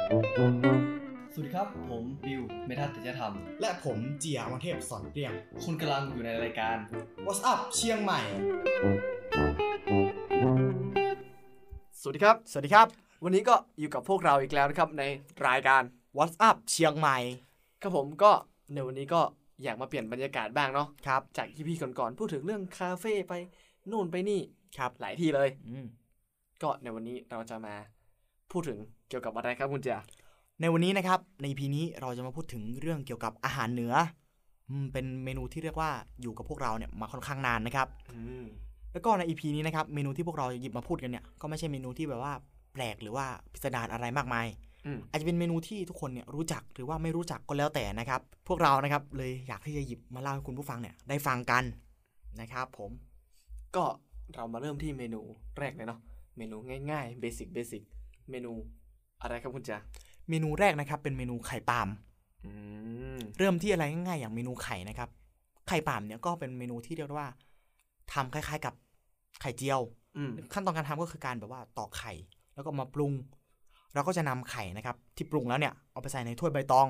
สวัสดีครับ ผมดิวเมทัศน์ติจธรรม และผมเจียวันเทพสอนเรียง คุณกำลังอยู่ในรายการ What's up เชียงใหม่ สวัสดีครับ สวัสดีครับ วันนี้ก็อยู่กับพวกเราอีกแล้วนะครับในรายการ What's up เชียงใหม่ ครับผมก็ในวันนี้ก็อยากมาเปลี่ยนบรรยากาศบ้างเนาะ ครับ จากที่พี่ก่อนๆพูดถึงเรื่องคาเฟ่ไปนู่นไปนี่ ครับ หลายที่เลย ก็ในวันนี้เราจะมาพูดถึงเกี่ยวกับอะไรครับคุณเจีย ในวันนี้นะครับ ใน EP นี้เราจะมาพูดถึงเรื่องเกี่ยวกับอาหารเหนืออืมเป็นเมนูที่เรียกว่าอยู่กับพวกเราเนี่ยมาค่อนข้างนานนะครับ แล้วก็ใน EP นี้นะครับ เมนูที่พวกเราหยิบมาพูดกันเนี่ย ก็ไม่ใช่เมนูที่แบบว่าแปลกหรือว่าพิสดารอะไรมากมาย อืม อาจจะเป็นเมนูที่ทุกคนเนี่ยรู้จักหรือว่าไม่รู้จักก็แล้วแต่นะครับ พวกเรานะครับเลยอยากที่จะหยิบมาเล่าให้คุณผู้ฟังเนี่ยได้ฟังกันนะครับ ผม ก็เรามาเริ่มที่เมนูแรกเลยเนาะเมนูง่ายๆเบสิกเบสิกเมนูอะไรครับคุณเจีย เมนูแรกนะครับ เป็นเมนูไข่ปาล์ม อืม เริ่มที่อะไรง่ายๆอย่างเมนูไข่นะครับ ไข่ป่ามเนี่ยก็เป็นเมนูที่เรียกได้ว่าทำคล้ายๆกับไข่เจียว อืม ขั้นตอนการทำก็คือการแบบว่าตอกไข่ แล้วก็มาปรุง เราก็จะนำไข่นะครับ ที่ปรุงแล้วเนี่ยเอาไปใส่ในถ้วยใบตอง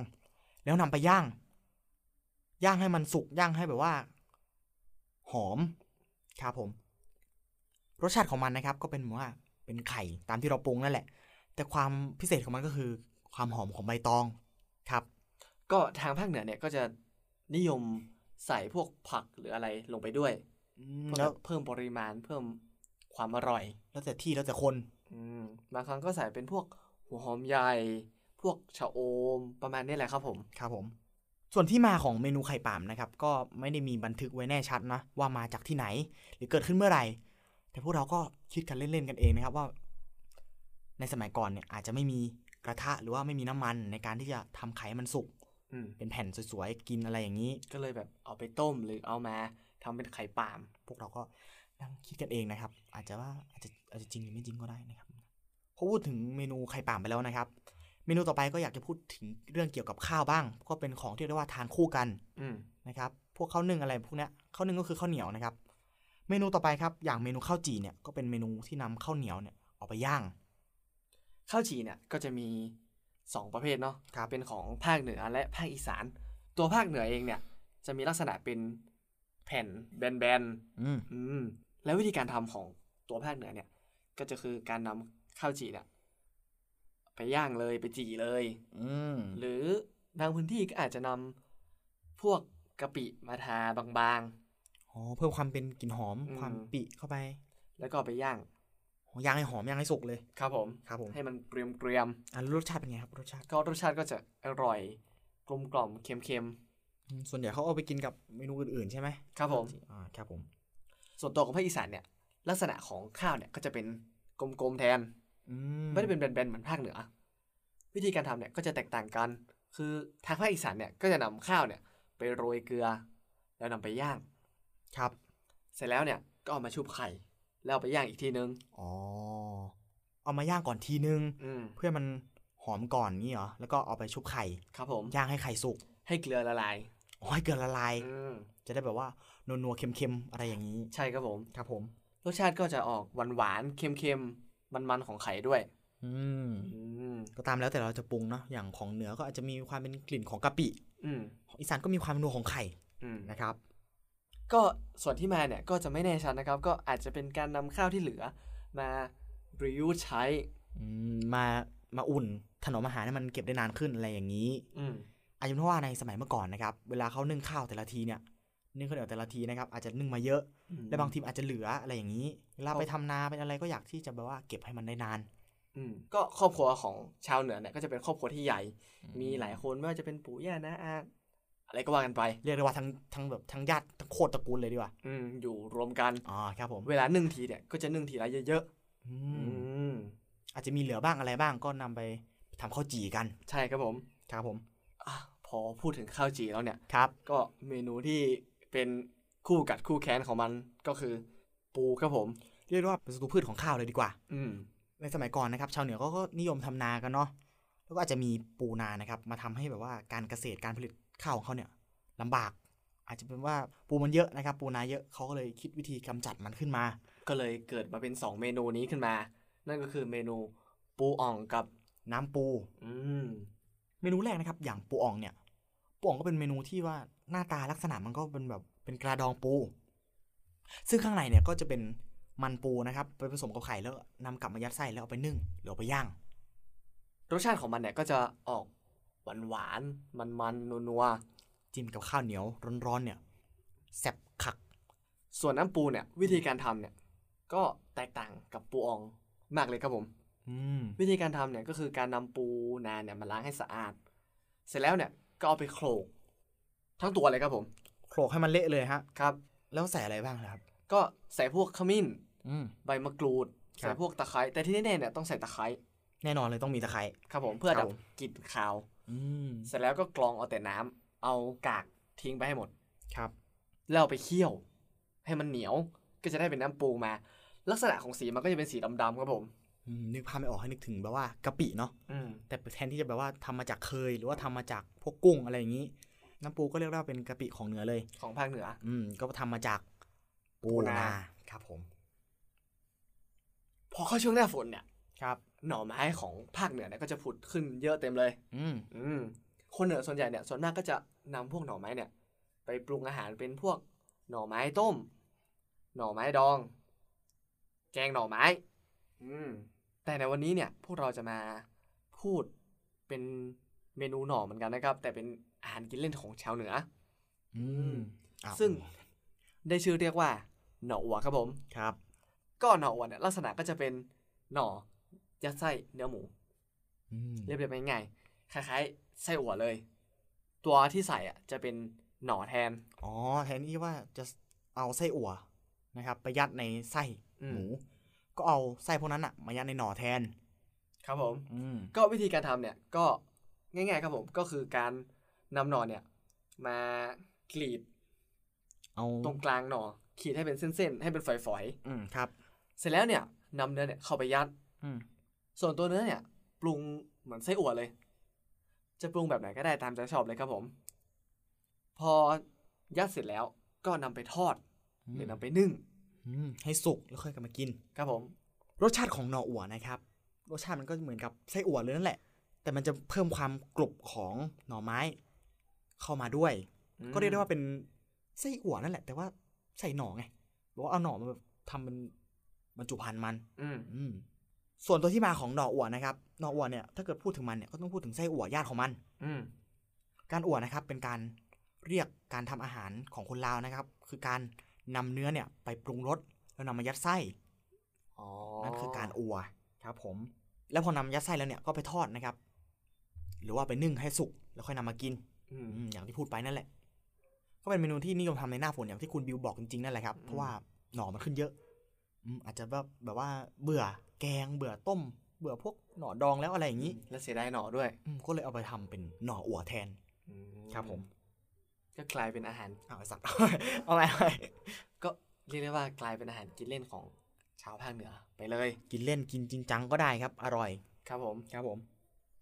แล้วนำไปย่าง ย่างให้มันสุกย่างให้แบบว่า หอมครับผม รสชาติของมันนะครับ ก็เป็นเหมือนว่าเป็นไข่ตามที่เราปรุงนั่นแหละ แต่ความพิเศษของมันก็คือ ความหอมของใบตองครับ ก็ทางภาคเหนือเนี่ยก็จะนิยมใส่พวกผักหรืออะไรลงไปด้วย เพิ่ แล้ ม ว เพิ่มปริมาณเพิ่มความอร่อย แล้วแต่ที่แล้วแต่คน บางครั้งก็ใส่เป็นพวกหัวหอมใหญ่ พวกชะโอมประมาณนี้แหละครับผม ครับผม ส่วนที่มาของเมนูไข่ป่ามนะครับ ก็ไม่ได้มีบันทึกไว้แน่ชัดนะ ว่ามาจากที่ไหน หรือเกิดขึ้นเมื่อไหร่ แต่พวกเราก็คิดกันเล่นๆกันเองนะครับว่า ในสมัยก่อนเนี่ยอาจจะไม่มีกระทะหรือว่าไม่มีน้ำมันในการที่จะทำไข่ให้มันสุก อืม เป็นแผ่นสวยๆ กินอะไรอย่างนี้ ก็เลยแบบเอาไปต้มหรือเอามาทำเป็นไข่ปาล์ม พวกเราก็นั่งคิดกันเองนะครับ อาจจะว่าอาจจะอาจจะจริงหรือไม่จริงก็ได้นะครับพอพูดถึงเมนูไข่ป่ามไปแล้วนะครับ เมนูต่อไปก็อยากจะพูดถึงเรื่องเกี่ยวกับข้าวบ้าง ก็เป็นของที่เรียกว่าทานคู่กัน อืม นะครับพวกข้าวนึ่งอะไรพวกเนี้ยข้าวนึ่งก็คือข้าวเหนียวนะครับ เมนูต่อไปครับ อย่างเมนูข้าวจี่เนี่ยก็เป็นเมนูที่นำข้าวเหนียวเนี่ยออกไปย่าง ข้าวจี่เนี่ยก็จะมีสองประเภทเนาะ ครับ เป็นของภาคเหนือและภาคอีสาน ตัวภาคเหนือเองเนี่ย จะมีลักษณะเป็นแผ่นแบนๆ อืม อืมแล้ววิธีการทำของตัวภาคเหนือเนี่ย ก็จะคือการนำข้าวจี่เนี่ยไปย่างเลยไปจี่เลย อืม หรือบางพื้นที่ก็อาจจะนำพวกกะปิมาทาบาง อ๋อเพิ่มความเป็นกลิ่นหอม อืม ความปิเข้าไป ๆ แล้วก็เอาไปย่าง โอ้ย่างให้หอมย่างให้สุกเลย ครับผม ครับผม ให้มันเกรียม อ่ะแล้วรสชาติเป็นไงครับรสชาติ ๆก็รสชาติก็จะอร่อยกลมกล่อมเค็ม อืมส่วนใหญ่เขาเอาไปกินกับเมนูอื่นๆใช่ไหม ๆครับผม อ่าครับผม ส่วนตัวของภาคอีสานเนี่ย ลักษณะของข้าวเนี่ยก็จะเป็นกลมๆแทน อื ไม่ได้เป็นแบนๆเหมือนภาคเหนือ วิธีการทำเนี่ยก็จะแตกต่างกัน คือทางภาคอีสานเนี่ยก็จะนำข้าวเนี่ยไปโรยเกลือ แล้วนำไปย่าง ครับ เสร็จแล้วเนี่ยก็เอามาชุบไข่ แล้วเอาไปย่างอีกทีนึง อ๋อเอามาย่างก่อนทีนึง อืม เพื่อมันหอมก่อนนี่เหรอแล้วก็เอาไปชุบไข่ ครับผม ย่างให้ไข่สุก ให้เกลือละลาย โอ้ยเกินละลาย อืม จะได้แบบว่านัวๆเค็มๆ อะไรอย่างนี้ ใช่ครับผม ครับผม รสชาติก็จะออกหวานๆเค็มๆมันๆของไข่ด้วย อืม อืม ก็ตามแล้วแต่เราจะปรุงเนาะ อย่างของเหนือก็อาจจะมีความเป็นกลิ่นของกะปิ อืม ของอีสานก็มีความนัวของไข่ อืม นะครับ ก็ส่วนที่มาเนี่ยก็จะไม่แน่ชัดนะครับ ก็อาจจะเป็นการนำข้าวที่เหลือมาประยุกต์ใช้ อืม มามาอุ่นถนอมอาหารให้มันเก็บได้นานขึ้นอะไรอย่างนี้ อืม อาจจะเป็นเพราะว่าในสมัยเมื่อก่อนนะครับ เวลาเขานึ่งข้าวแต่ละทีเนี่ย นึ่งข้าวเหนียวแต่ละทีนะครับ อาจจะนึ่งมาเยอะ อืม และบางทีอาจจะเหลืออะไรอย่างนี้ เวคลารับ ไปทำนาเป็นอะไรก็อยากที่จะแบบว่าเก็บให้มันได้นาน อืมก็ครอบครัวของชาวเหนือเนี่ยก็จะเป็นครอบครัวที่ใหญ่ มีหลายคนไม่ว่าจะเป็นปู่ย่านะอาอะไรก็ว่ากันไป เรียกได้ว่าทั้งทั้งแบบทั้งญาติทั้งโคตรตระกูลเลยดีกว่า อืมอยู่รวมกัน อ๋อ ครับผม เวลานึ่งทีเนี่ยก็จะนึ่งทีละเยอะ อื ๆ ม อืม อาจจะมีเหลือบ้างอะไรบ้างก็นำไปทำข้าวจี่กัน ใช่ครับผม ครับผม อะพอพูดถึงข้าวจีแล้วเนี่ย ครับ ก็เมนูที่เป็นคู่กัดคู่แค้นของมันก็คือ ปูครับผม เรียกได้ว่าเป็นสตูพืชของข้าวเลยดีกว่า อืม ในสมัยก่อนนะครับ ชาวเหนือเขาก็นิยมทำนากันเนาะแล้วก็อาจจะมีปูนานะครับ มาทำให้แบบว่าการเกษตรการผลิตข้าวของเขาเนี่ยลำบาก อาจจะเป็นว่าปูมันเยอะนะครับ ปูนาเยอะเขาก็เลยคิดวิธีกำจัดมันขึ้นมา ก็เลยเกิดมาเป็น 2 เมนูนี้ขึ้นมา นั่นก็คือเมนูปูอ่องกับ น้ำปู อืม เมนูแรกนะครับ อย่างปูอ่องเนี่ยปูอ่องก็เป็นเมนูที่ว่าหน้าตาลักษณะมันก็เป็นแบบเป็นกระดองปู ซึ่งข้างในเนี่ยก็จะเป็นมันปูนะครับไปผสมกับไข่แล้วนำกลับมายัดไส้แล้วเอาไปนึ่งหรือเอาไปย่าง รสชาติของมันเนี่ยก็จะออกหวานหวานๆมันมันๆนัว จิ้มกับข้าวเหนียวร้อนๆเนี่ยแซ่บคัก ๆส่วนน้ำปูเนี่ยวิธีการทำเนี่ยก็แตกต่างกับปูอ่องมากเลยครับผม อืม วิธีการทำเนี่ยก็คือการนำปูนาเนี่ยมาล้างให้สะอาด เสร็จแล้วเนี่ยก็เอาไปโขลกทั้งตัวเลยครับผม โขลกให้มันเละเลยฮะ ครับ แล้วใส่อะไรบ้างครับ ก็ใส่พวกขมิ้น อืม ใบมะกรูด ครับ ใส่พวกตะไคร้แต่ที่แน่ๆเนี่ยต้องใส่ตะไคร้ แน่นอนเลยต้องมีตะไคร้ ครับผมเพื่อ ครั ดั บ บกลิ่นคาว อืม เสร็จแล้วก็กรองเอาแต่น้ำเอากากทิ้งไปให้หมด ครับ แล้วเอาไปเคี่ยว ให้มันเหนียวก็จะได้เป็นน้ำปูมา ลักษณะของสีมันก็จะเป็นสีดำๆครับผม อืมนึกภาพไม่ออกให้นึกถึงแบบว่ากะปิเนาะ อืม แต่แทนที่จะแบบว่าทำมาจากเคย หรือว่าทำมาจากพวกกุ้งอะไรอย่างนี้ น้ำปูก็เรียกได้ว่าเป็นกะปิของเหนือเลย ของภาคเหนือ อืม ก็ทำมาจากปู นา ครับผม พอเข้าช่วงหน้าฝนเนี่ย ครับ หน่อไม้ของภาคเหนือเนี่ยก็จะผุดขึ้นเยอะเต็มเลย อืม อืมคนเหนือส่วนใหญ่เนี่ยส่วนมากก็จะนำพวกหน่อไม้เนี่ย ไปปรุงอาหารเป็นพวกหน่อไม้ต้ม หน่อไม้ดอง แกงหน่อไม้ อืม แต่ในวันนี้เนี่ย พวกเราจะมาพูดเป็นเมนูหน่อเหมือนกันนะครับ แต่เป็นอาหารกินเล่นของชาวเหนือ อืมอ้าว ซึ่งได้ชื่อเรียกว่า หน่ออัวครับผม ครับ ก็หน่ออัวเนี่ยลักษณะก็จะเป็นหน่อยัดไส้เนื้อหมู อืม เรียบเรียบง่ายๆคล้ายๆไส้อั่วเลย ตัวที่ใส่อ่ะจะเป็นหน่อแทน อ๋อแทนที่ว่าจะเอาไส้อั่วนะครับ ไปยัดในไส้ อืม หมู ก็เอาไส้พวกนั้นอะมายัดในหน่อแทน ครับผม อืม ก็วิธีการทำเนี่ยก็ง่ายๆครับผมก็คือการนำหน่อเนี่ยมากรีด เอา ตรงกลางหน่อขีดให้เป็นเส้นๆ ให้เป็นฝอย อืมครับ ๆ เสร็จแล้วเนี่ยนำเนื้อเนี่ยเข้าไปยัด อืม ส่วนตัวเนื้อเนี่ย ปรุงเหมือนไส้อั่วเลย จะปรุงแบบไหนก็ได้ตามใจชอบเลยครับผม พอยัดเสร็จแล้วก็นำไปทอดหรือนำไปนึ่ง อืมให้สุกแล้วค่อยกลับมากิน ครับผม รสชาติของหนออั่วนะครับ รสชาติมันก็เหมือนกับไส้อั่วเลยนั่นแหละ แต่มันจะเพิ่มความกรุบของหน่อไม้ เข้ามาด้วย ก็เรียกได้ว่าเป็นไส้อั่วนั่นแหละ แต่ว่าใส่หน่อไงบอกว่าเอาหน่อมาแบบทำเป็นบรรจุภัณฑ์มัน อืม อืม ส่วนตัวที่มาของหน่ออั่วนะครับหน่ออั่วเนี่ยถ้าเกิดพูดถึงมันเนี่ยก็ต้องพูดถึงไส้อั่วญาติของมัน อืม การอั่วนะครับเป็นการเรียกการทำอาหารของคนลาวนะครับ คือการนำเนื้อเนี่ยไปปรุงรสแล้วนำมายัดไส้ อ๋อ นั่นคือการอัวครับผม แล้วพอนำยัดไส้แล้วเนี่ยก็ไปทอดนะครับ หรือว่าไปนึ่งให้สุกแล้วค่อยนำมากิน อื อื ม มอย่างที่พูดไปนั่นแหละ ก็เป็นเมนูที่นิยมทำในหน้าฝนอย่างที่คุณบิวบอกจริงๆนั่นแหละครับ อืม เพราะว่าหน่อมันขึ้นเยอะอืมอาจจะแบบแบบว่าเบื่อแกงเบื่อต้ม เบื่อพวกหน่อดองแล้วอะไรอย่างนี้ และเสียดายหน่อด้วย อืมก็เลยเอาไปทำเป็นหน่ออัวแทน ก็กลายเป็นอาหาร เอาไปสัก เอาไปเอาไป ก็เรียกได้ว่ากลายเป็นอาหารกินเล่นของชาวภาคเหนือไปเลย กินเล่นกินจริงจังก็ได้ครับ อร่อย ครับผม ครับผม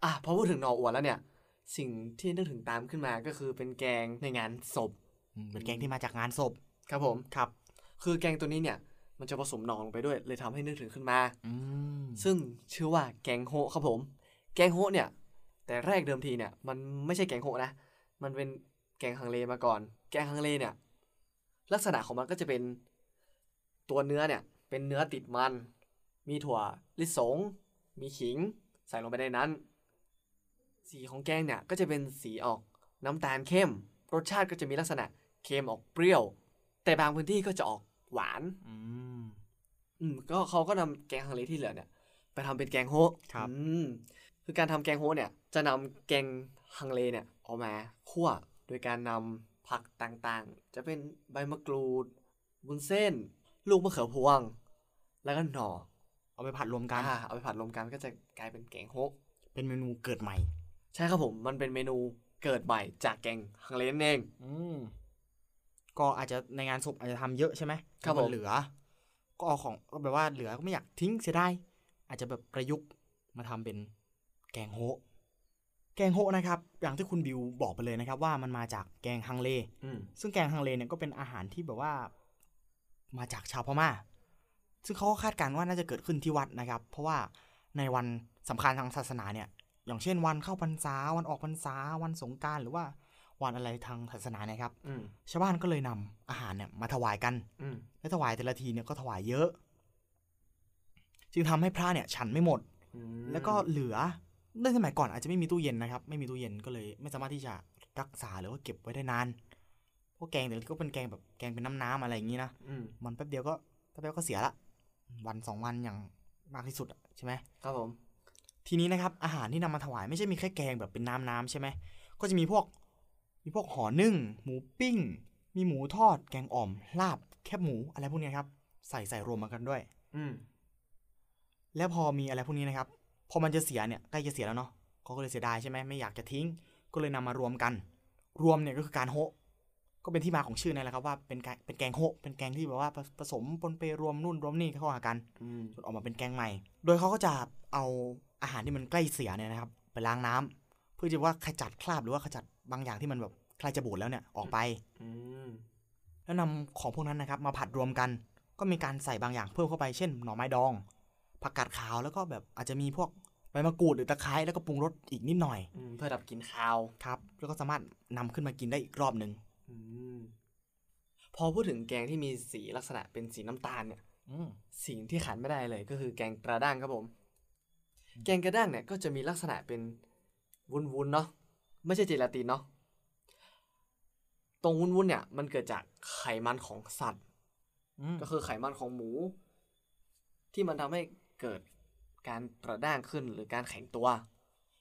อ่ะพอพูดถึงหน่ออวนแล้วเนี่ย สิ่งที่นึกถึงตามขึ้นมาก็คือเป็นแกงในงานศพ เป็นแกงที่มาจากงานศพ ครับผม ครับ คือแกงตัวนี้เนี่ย มันจะผสมหน่อลงไปด้วย เลยทำให้นึกถึงขึ้นมา อืม ซึ่งชื่อว่าแกงโฮะครับผม แกงโฮะเนี่ย แต่แรกเดิมทีเนี่ย มันไม่ใช่แกงโฮะนะ มันเป็นแกงฮังเลมาก่อน แกงฮังเลเนี่ย ลักษณะของมันก็จะเป็นตัวเนื้อเนี่ย เป็นเนื้อติดมัน มีถั่วลิสง มีขิง ใส่ลงไปในนั้น สีของแกงเนี่ยก็จะเป็นสีออกน้ำตาลเข้ม รสชาติก็จะมีลักษณะเค็มออกเปรี้ยว แต่บางพื้นที่ก็จะออกหวาน อืม อืมก็เขาก็นำแกงฮังเลที่เหลือเนี่ย ไปทำเป็นแกงโฮะ ครับ อืมคือการทำแกงโฮะเนี่ย จะนำแกงฮังเลเนี่ยเออกมาคั่วโดยการนำผักต่างๆ จะเป็นใบมะกรูดบุ้นเส้น ลูกมะเขือพวง แล้วก็หน่อ เอาไปผัดรวมกัน อ่าเอาไปผัดรวมกันก็จะกลายเป็นแกงโฮะ เป็นเมนูเกิดใหม่ ใช่ครับผมมันเป็นเมนูเกิดใหม่จากแกงฮังเลนั่นเอง ก็อาจจะในงานศพอาจจะทำเยอะใช่ไหม ครับผม นเหลือ ก็เอาของก็แบบว่าเหลือก็ไม่อยากทิ้งเสียดายอาจจะแบบประยุกต์มาทำเป็นแกงโฮะ แก แกงโฮะนะครับ อย่างที่คุณบิวบอกไปเลยนะครับ ว่ามันมาจากแกงฮังเล อืม ซึ่งแกงฮังเลเนี่ยก็เป็นอาหารที่แบบว่ามาจากชาวพม่า ซึ่งเขาก็คาดการณ์ว่าน่าจะเกิดขึ้นที่วัดนะครับ เพราะว่าในวันสำคัญทางศาสนาเนี่ย อย่างเช่นวันเข้าพรรษา วันออกพรรษา วันสงกรารหรือว่าวันอะไรทางศาสนาเนี่ยครับ อืม ชาวบ้านก็เลยนำอาหารเนี่ยมาถวายกัน อืม และถวายแต่ละทีเนี่ยก็ถวายเยอะ จึงทำให้พระเนี่ยฉันไม่หมด อืม แล้วก็เหลือในสมัยก่อนอาจจะไม่มีตู้เย็นนะครับ ไม่มีตู้เย็นก็เลย ไม่สามารถที่จะรักษาหรือว่าเก็บไว้ได้นานเพราะแกงเดี๋ยวก็เป็นแกงแบบแกงเป็นน้ำๆอะไรอย่างนี้นะ อืม มันแป๊บเดียวก็แป๊บเดียวก็เสียละ วันสองวันอย่างมากที่สุดอะใช่ไหม ครับผม ทีนี้นะครับ อาหารที่นำมาถวายไม่ใช่มีแค่แกงแบบเป็นน้ำน้ำๆใช่ไหมก็จะมีพวก มีพวกห่อนึ่ง หมูปิ้ง มีหมูทอด แกงอ่อมลาบแคบหมูอะไรพวกเนี้ยครับใส่ใส่รวมมากันด้วย อืม แล้วพอมีอะไรพวกนี้นะครับ พอมันจะเสียเนี่ยใกล้จะเสียแล้วเนาะเขาก็เลยเสียดายใช่ไหมไม่อยากจะทิ้ง ก็เลยนำมารวมกัน รวมเนี่ยก็คือการโฮะก็เป็นที่มาของชื่อนั่นแหละครับว่าเป็นแกงเป็นแกงโฮะเป็นแกงที่แบบว่าผผสมปนเปรวมนู่นรวมนี่เข้าหากัน อืม จนออกมาเป็นแกงใหม่ โดยเขาก็จะเอาอาหารที่มันใกล้เสียเนี่ยนะครับไปล้างน้ำเพื่อจะว่าขจัดคราบหรือว่าขจัดบางอย่างที่มันแบบใครจะบูดแล้วเนี่ยออกไป อืม แล้วนำของพวกนั้นนะครับมาผัดรวมกัน ก็มีการใส่บางอย่างเพิ่มเข้าไป เช่น หน่อไม้ดอง ผักกาดขาวแล้วก็แบบอาจจะมีพวกใบมะกรูดหรือตะไคร้แล้วก็ปรุงรสอีกนิดหน่อย อืมเพื่อดับกลิ่นคาว ครับ แล้วก็สามารถนำขึ้นมากินได้อีกรอบหนึ่ง อืมพอพูดถึงแกงที่มีสีลักษณะเป็นสีน้ำตาลเนี่ย สิ่งที่ขาดไม่ได้เลยก็คือแกงกระด้างครับผม แกงกระด้างเนี่ยก็จะมีลักษณะเป็นวุ้นๆเนาะไม่ใช่เจลาตินเนาะตรงวุ้นๆเนี่ย มันเกิดจากไขมันของสัตว์ ก็คือไขมันของหมู ที่มันทำให้เกิดการกระด้างขึ้นหรือการแข็งตัว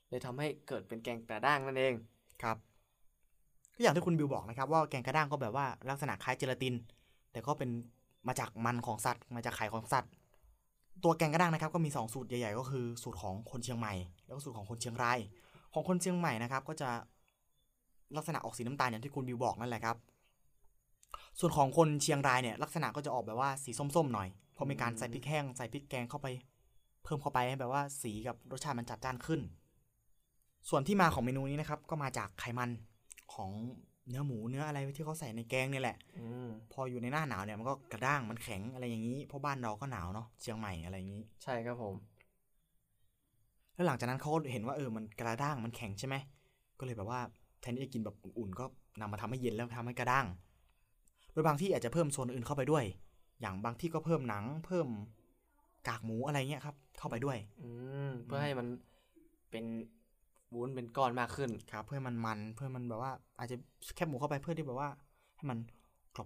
เลยทำให้เกิดเป็นแกงกระด้างนั่นเอง ครับ ก็อย่างที่คุณบิวบอกนะครับ ว่าแกงกระด้างก็แบบว่าลักษณะคล้ายเจลาติน แต่ก็เป็นมาจากมันของสัตว์ มาจากไข่ของสัตว์ ตัวแกงกระด้างนะครับ ก็มีสองสูตรใหญ่ ๆ ก็คือสูตรของคนเชียงใหม่ แล้วก็สูตรของคนเชียงราย ของคนเชียงใหม่นะครับ ก็จะลักษณะออกสีน้ำตาลอย่างที่คุณบิวบอกนั่นแหละครับ ส่วนของคนเชียงรายเนี่ยลักษณะก็จะออกแบบว่าสีส้มๆหน่อยเพราะมีการใส่พริกแห้งใส่พริกแกงเข้าไป เพิ่มเข้าไปให้แบบว่าสีกับรสชาติมันจัดจ้านขึ้น ส่วนที่มาของเมนูนี้นะครับ ก็มาจากไขมันของเนื้อหมูเนื้ออะไรที่เขาใส่ในแกงเนี่ยแหละ อืม พออยู่ในหน้าหนาวเนี่ยมันก็กระด้างมันแข็งอะไรอย่างนี้เพราะบ้านเราก็หนาวเนาะเชียงใหม่อะไรอย่างนี้ ใช่ครับผม แล้วหลังจากนั้นเขาก็เห็นว่าเออมันกระด้างมันแข็งใช่ไหมก็เลยแบบว่าแทนที่จะกินแบบอุ่นๆก็นำมาทำให้เย็นแล้วทำให้กระด้าง โดยบางที่อาจจะเพิ่มโซนอื่นเข้าไปด้วย อย่างบางที่ก็เพิ่มหนังเพิ่มกากหมูอะไรเงี้ยครับเข้าไปด้วย อืมเพื่อให้มันเป็นวุ้นเป็นก้อนมากขึ้น ครับเพื่อให้มันมันเพื่อให้มันแบบว่าอาจจะแคบหมูเข้าไปเพื่อที่แบบว่า ให้มัน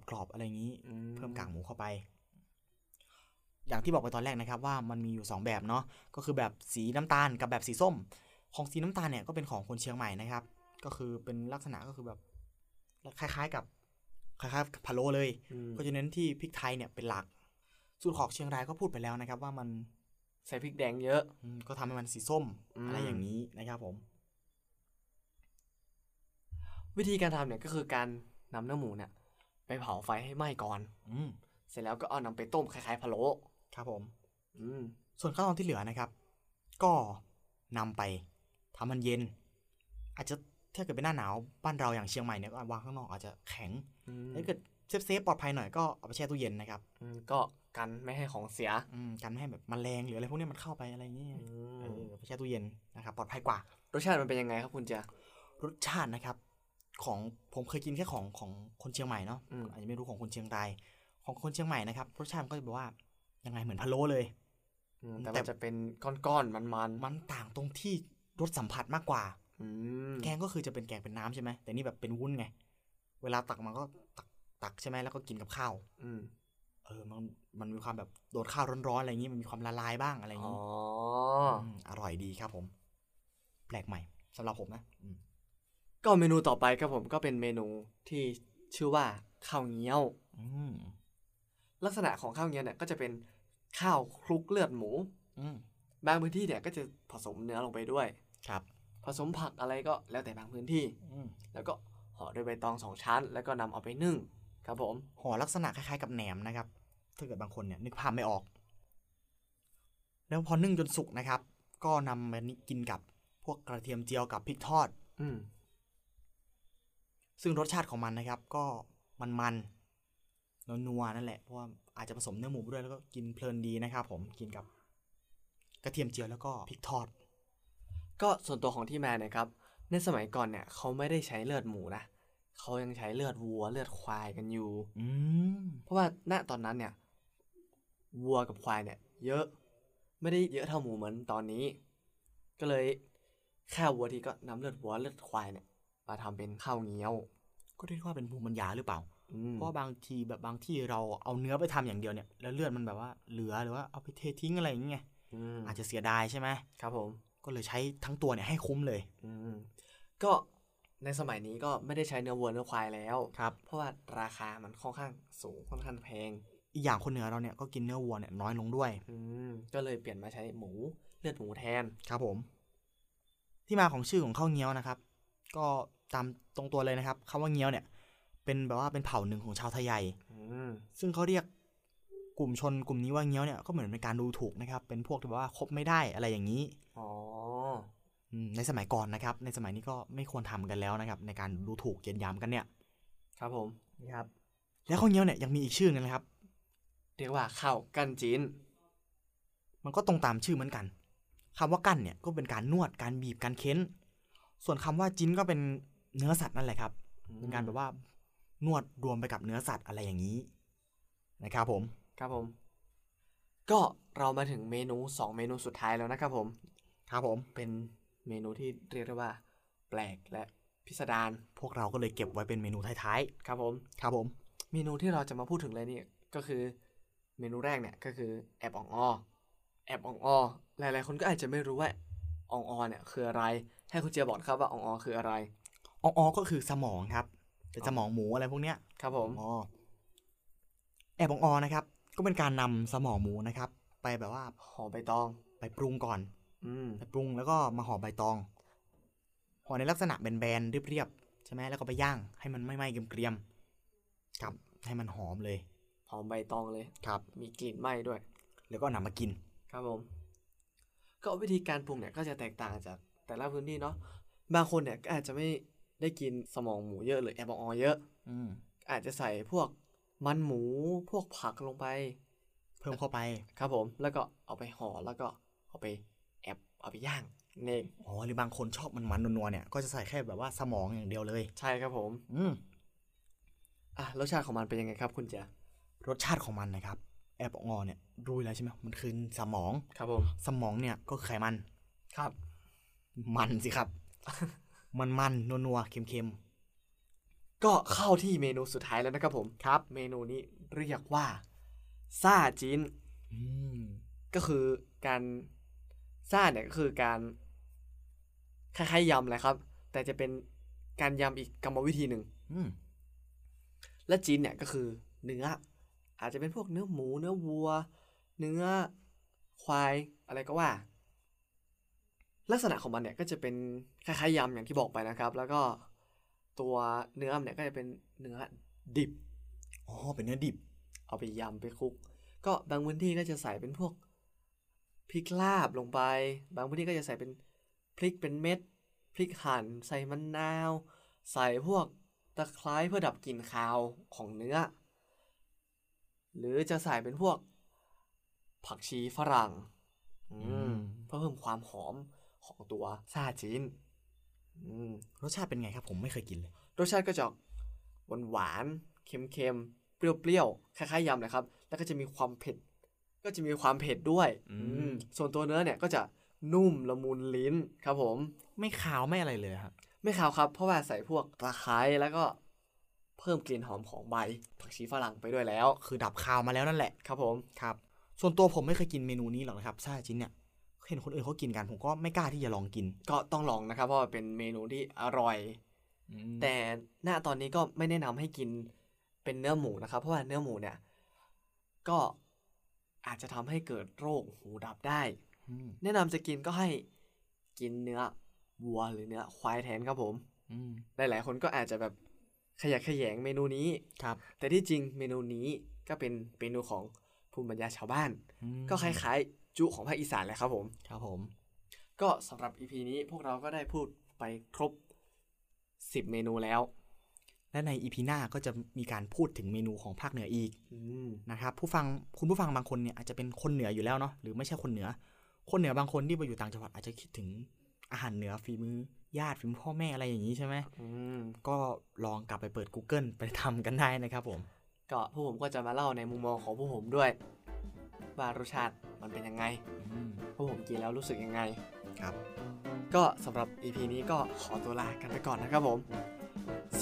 กรอบๆอะไรอย่างนี้ อืม เพิ่มกากหมูเข้าไป อย่างที่บอกไปตอนแรกนะครับ ว่ามันมีอยู่สองแบบเนาะก็คือแบบสีน้ำตาลกับแบบสีส้ม ของสีน้ำตาลเนี่ยก็เป็นของคนเชียงใหม่นะครับ ก็คือเป็นลักษณะก็คือแบบคล้ายๆกับคล้ายๆกับพะโล้เลย อืม ก็จะเน้นที่พริกไทยเนี่ยเป็นหลักสูตรของเชียงรายก็พูดไปแล้วนะครับ ว่ามัน ใส่พริกแดงเยอะ อืมก็ทำให้มันสีส้ม อืม อะไรอย่างนี้นะครับผม วิธีการทำเนี่ยก็คือการนำเนื้อหมูเนี่ยไปเผาไฟให้ไหม้ก่อน อืม เสร็จแล้วก็เอานำไปต้มคล้ายๆพะโล้ ครับผม อืม ส่วนขั้นตอนที่เหลือนะครับ ก็นำไปทำมันเย็น อาจจะถ้าเกิดเป็นหน้าหนาวบ้านเราอย่างเชียงใหม่เนี่ยก็วางข้างนอกอาจจะแข็ง อืม ถ้าเกิดเซฟเซฟๆปลอดภัยหน่อยก็เอาไปแช่ตู้เย็นนะครับ อืมก็กันไม่ให้ของเสีย อืมกันไม่ให้แบบแมลงหรืออะไรพวกเนี้ยมันเข้าไปอะไรอย่างเงี้ยเออไปแช่ตู้เย็นนะครับปลอดภัยกว่า รสชาติมันเป็นยังไงครับคุณเจย รสชาตินะครับ ของผมเคยกินแค่ของของคนเชียงใหม่เนาะ อืม อาจจะไม่รู้ของคนเชียงรายของคนเชียงใหม่นะครับรสชาติมันก็จะแบบว่ายังไงเหมือนพะโล้เลย อืมแต่ แต่ มันจะเป็นก้อนๆมัน มันต่างตรงที่รสสัมผัสมากกว่า ๆอืม แกงก็คือจะเป็นแกงเป็นน้ำใช่ไหมแต่นี่แบบเป็นวุ้นไง เวลาตักมันก็ตักตักใช่ไหมแล้วก็กินกับข้าว อืม เออมันมันมีความแบบโดนข้าวร้อนๆอะไรอย่างนี้มันมีความละลายบ้างอะไรอย่าง อ๋อ นี้มอร่อยดีครับผม แปลกใหม่สำหรับผมนะอืม ก็เมนูต่อไปครับผมก็เป็นเมนูที่ชื่อว่าข้าวเงี้ยว อืม ลักษณะของข้าวเงี้ยวเนี่ยก็จะเป็นข้าวคลุกเลือดหมู อืม บางพื้นที่เนี่ยก็จะผสมเนื้อลงไปด้วย ครับ ผสมผักอะไรก็แล้วแต่บางพื้นที่ อืม แล้วก็ห่อด้วยใบตองสองชั้น แล้วก็นำเอาไปนึ่งครับผม ห่อลักษณะคล้ายๆกับแหนมนะครับ ถ้าเกิดบางคนเนี่ยนึกภาพไม่ออก แล้วพอนึ่งจนสุกนะครับ ก็นำมานิกินกับ พวกกระเทียมเจียวกับพริกทอด อืม ซึ่งรสชาติของมันนะครับ ก็มันมันๆนัวๆนั่นแหละเพราะว่าอาจจะผสมเนื้อหมูไปด้วยแล้วก็กินเพลินดีนะครับผมกินกับ กระเทียมเจียวแล้วก็พริกทอด ก็ส่วนตัวของที่มาเนี่ยครับ ในสมัยก่อนเนี่ยเขาไม่ได้ใช้เลือดหมูนะเขายังใช้เลือดวัวเลือดควายกันอยู่ อืม เพราะว่าณตอนนั้นเนี่ยวัวกับควายเนี่ย เยอะไม่ได้เยอะเท่าหมูเหมือนตอนนี้ ก็เลยฆ่าวัวทีก็นำเลือดวัวเลือดควายเนี่ยมาทำเป็นข้าวเงี้ยว ก็เรียกว่าเป็นภูมิปัญญาหรือเปล่า อืม เพราะว่าบางทีแบบบางที่เราเอาเนื้อไปทำอย่างเดียวเนี่ยแล้วเลือดมันแบบว่าเหลือหรือว่าเอาไปเททิ้งอะไรอย่างเงี้ย อืม อาจจะเสียดายใช่ไหม ครับผม ก็เลยใช้ทั้งตัวเนี่ยให้คุ้มเลย อืมก็ในสมัยนี้ก็ไม่ได้ใช้เนื้อวัวเนื้อควายแล้ว ครับ เพราะว่าราคามันค่อนข้างสูงค่อนข้างแพง อีกอย่างคนเหนือเราเนี่ยก็กินเนื้อวัวเนี่ยน้อยลงด้วย อืมก็เลยเปลี่ยนมาใช้หมูเลือดหมูแทน ครับผม ที่มาของชื่อของข้าวเงี้ยวนะครับ ก็ตามตรงตัวเลยนะครับคำว่าเงี้ยวเนี่ย เป็นแบบว่าเป็นเผ่าหนึ่งของชาวไทยใหญ่ อืม ซึ่งเขาเรียกกลุ่มชนกลุ่มนี้ว่าเงี้ยวเนี่ยก็เหมือนเป็นการดูถูกนะครับ เป็นพวกที่แบบว่าคบไม่ได้อะไรอย่างนี้ อ๋อ อืมในสมัยก่อนนะครับ ในสมัยนี้ก็ไม่ควรทำกันแล้วนะครับ ในการดูถูกเหยียดหยามกันเนี่ย ครับผมครับ แล้วข้าวเงี้ยวเนี่ยยังมีอีกชื่อหนึงนะครับ เรียกว่าข้าวกันจีน มันก็ตรงตามชื่อเหมือนกันคำว่ากั้นเนี่ยก็เป็นการนวดการบีบการเค้น ส่วนคำว่าจิ้นก็เป็นเนื้อสัตว์นั่นแหละครับ เป็นการแบบว่านวดรวมไปกับเนื้อสัตว์อะไรอย่างนี้นะครับผม ครับผม ก็เรามาถึงเมนูสองเมนูสุดท้ายแล้วนะครับผม ครับผม เป็นเมนูที่เรียกได้ว่า แปลกและพิสดาร พวกเราก็เลยเก็บไว้เป็นเมนูท้าย ครับผม ๆ ครับผม เมนูที่เราจะมาพูดถึงเลยเนี่ยก็คือเมนูแรกเนี่ยก็คือแอบอ่องอ้อแอบอ่องอ้อหลาย ๆ คนก็อาจจะไม่รู้ว่าอ่องอ้อเนี่ยคืออะไร ให้คุณเจียบอกนะครับว่าอ่องอ้อคืออะไร อ๋อๆก็คือสมองครับ เป็นสมองหมูอะไรพวกเนี้ย ครับผม อ๋อ แอบบองออนะครับ ก็เป็นการนำสมองหมูนะครับ ไปแบบว่า ห่อใบตอง ไปปรุงก่อน อืม ไปปรุงแล้วก็มาห่อใบตอง ห่อในลักษณะแบนๆเรียบๆใช่ไหมแล้วก็ไปย่าง ให้มันไม่ไหม้เกรียมๆครับ ให้มันหอมเลย หอมใบตองเลย ครับ มีกลิ่นไหม้ด้วย แล้วก็นำมากิน ครับผม ก็วิธีการปรุงเนี่ยก็จะแตกต่างจากแต่ละพื้นที่เนาะ บางคนเนี่ยก็อาจจะไม่ได้กินสมองหมูเยอะหรือแอบอ่องอเยอะ อืม อาจจะใส่พวกมันหมูพวกผักลงไป เพิ่มเข้าไป ครับผมแล้วก็เอาไปห่อแล้วก็เอาไปแอบเอาไปย่างนั่นเอง อ๋อหรือบางคนชอบมันมันๆนัวๆเนี่ยก็จะใส่แค่แบบว่าสมองอย่างเดียวเลย ใช่ครับผม อืม อ่ะรสชาติของมันเป็นยังไงครับคุณเจ รสชาติของมันนะครับ แอบองอเนี่ยรู้อยู่แล้วใช่ไหมมันคือสมอง ครับผม สมองเนี่ยก็คือไขมัน ครับ มันสิครับ มันมันๆนัวๆเค็ม ก็เข้าที่เมนูสุดท้ายแล้วนะครับผมครับ เมนูนี้เรียกว่าซาจิน ๆอืม ก็คือการซาเนี่ยก็คือการคล้ายๆยำแหละครับ แต่จะเป็นการยำอีกกรรมวิธีหนึ่ง อืม และจีนเนี่ยก็คือเนื้อ อาจจะเป็นพวกเนื้อหมู เนื้อวัว เนื้อควายอะไรก็ว่า ลักษณะของมันเนี่ยก็จะเป็นคล้ายๆยำอย่างที่บอกไปนะครับ แล้วก็ตัวเนื้อมันเนี่ยก็จะเป็นเนื้อดิบ อ๋อเป็นเนื้อดิบ เอาไปยำไปคลุก ก็บางพื้นที่ก็จะใส่เป็นพวกพริกลาบลงไป บางพื้นที่ก็จะใส่เป็นพริกเป็นเม็ด พริกหั่นใส่มะนาว ใส่พวกตะไคร้เพื่อดับกลิ่นคาวของเนื้อ หรือจะใส่เป็นพวกผักชีฝรั่งอื อื ม ม เพื่อเพิ่มความหอมของตัวซาจีนอืม รสชาติเป็นไงครับ ผมไม่เคยกินเลย รสชาติก็จะหวานหวานๆเค็มเค็มๆเปรี้ยวเปรี้ยวๆคล้ายๆยำเลยครับ แล้วก็จะมีความเผ็ด ก็จะมีความเผ็ดด้วย อืม อืมส่วนตัวเนื้อเนี่ยก็จะนุ่มละมุนลิ้นครับผม ไม่ขาวไม่อะไรเลยครับ ไม่ขาวครับ เพราะว่าใส่พวกตะไคร้แล้วก็เพิ่มกลิ่นหอมของใบผักชีฝรั่งไปด้วยแล้ว คือดับคาวมาแล้วนั่นแหละ ครับผม ครับ ส่วนตัวผมไม่เคยกินเมนูนี้หรอกนะครับซาจินเนี่ยเห็นคนอื่นเขากินกันผมก็ไม่กล้าที่จะลองกิน ก็ต้องลองนะครับ เพราะว่าเป็นเมนูที่อร่อย แต่ แต่ณตอนนี้ก็ไม่แนะนำให้กินเป็นเนื้อหมูนะครับ เพราะว่าเนื้อหมูเนี่ย ก็อาจจะทำให้เกิดโรคหูดับได้ อืม แนะนำจะกินก็ให้กินเนื้อวัวหรือเนื้อควายแทนครับผม อืม หลายๆ คนก็อาจจะแบบขยะแขยงเมนูนี้ ครับ แต่ที่จริงเมนูนี้ก็เป็นเมนูของภูมิปัญญาชาวบ้าน อืม ก็คล้ายๆ จุของภาคอีสานแหละครับผม ครับผม ก ก็สำหรับ EP นี้พวกเราก็ได้พูดไปครบ 10 เมนูแล้ว และในอีพีหน้าก็จะมีการพูดถึงเมนูของภาคเหนืออีก อืม นะครับผู้ฟังคุณผู้ฟังบางคนเนี่ยอาจจะเป็นคนเหนืออยู่แล้วเนาะหรือไม่ใช่คนเหนือ คนเหนือบางคนที่ไปอยู่ต่างจังหวัดอาจจะคิดถึงอาหารเหนือฝีมือญาติฝีมือพ่อแม่อะไรอย่างนี้ใช่ไหม อืม ก็ลองกลับไปเปิด Google ไปทำกันได้นะครับผม ก็พวกผมก็จะมาเล่าในมุมมองของพวกผมด้วย ว่ารสชาติมันเป็นยังไง พวกผมกินแล้วรู้สึกยังไง ครับ ก็สำหรับ EP นี้ก็ขอตัวลากันไปก่อนนะครับผม ส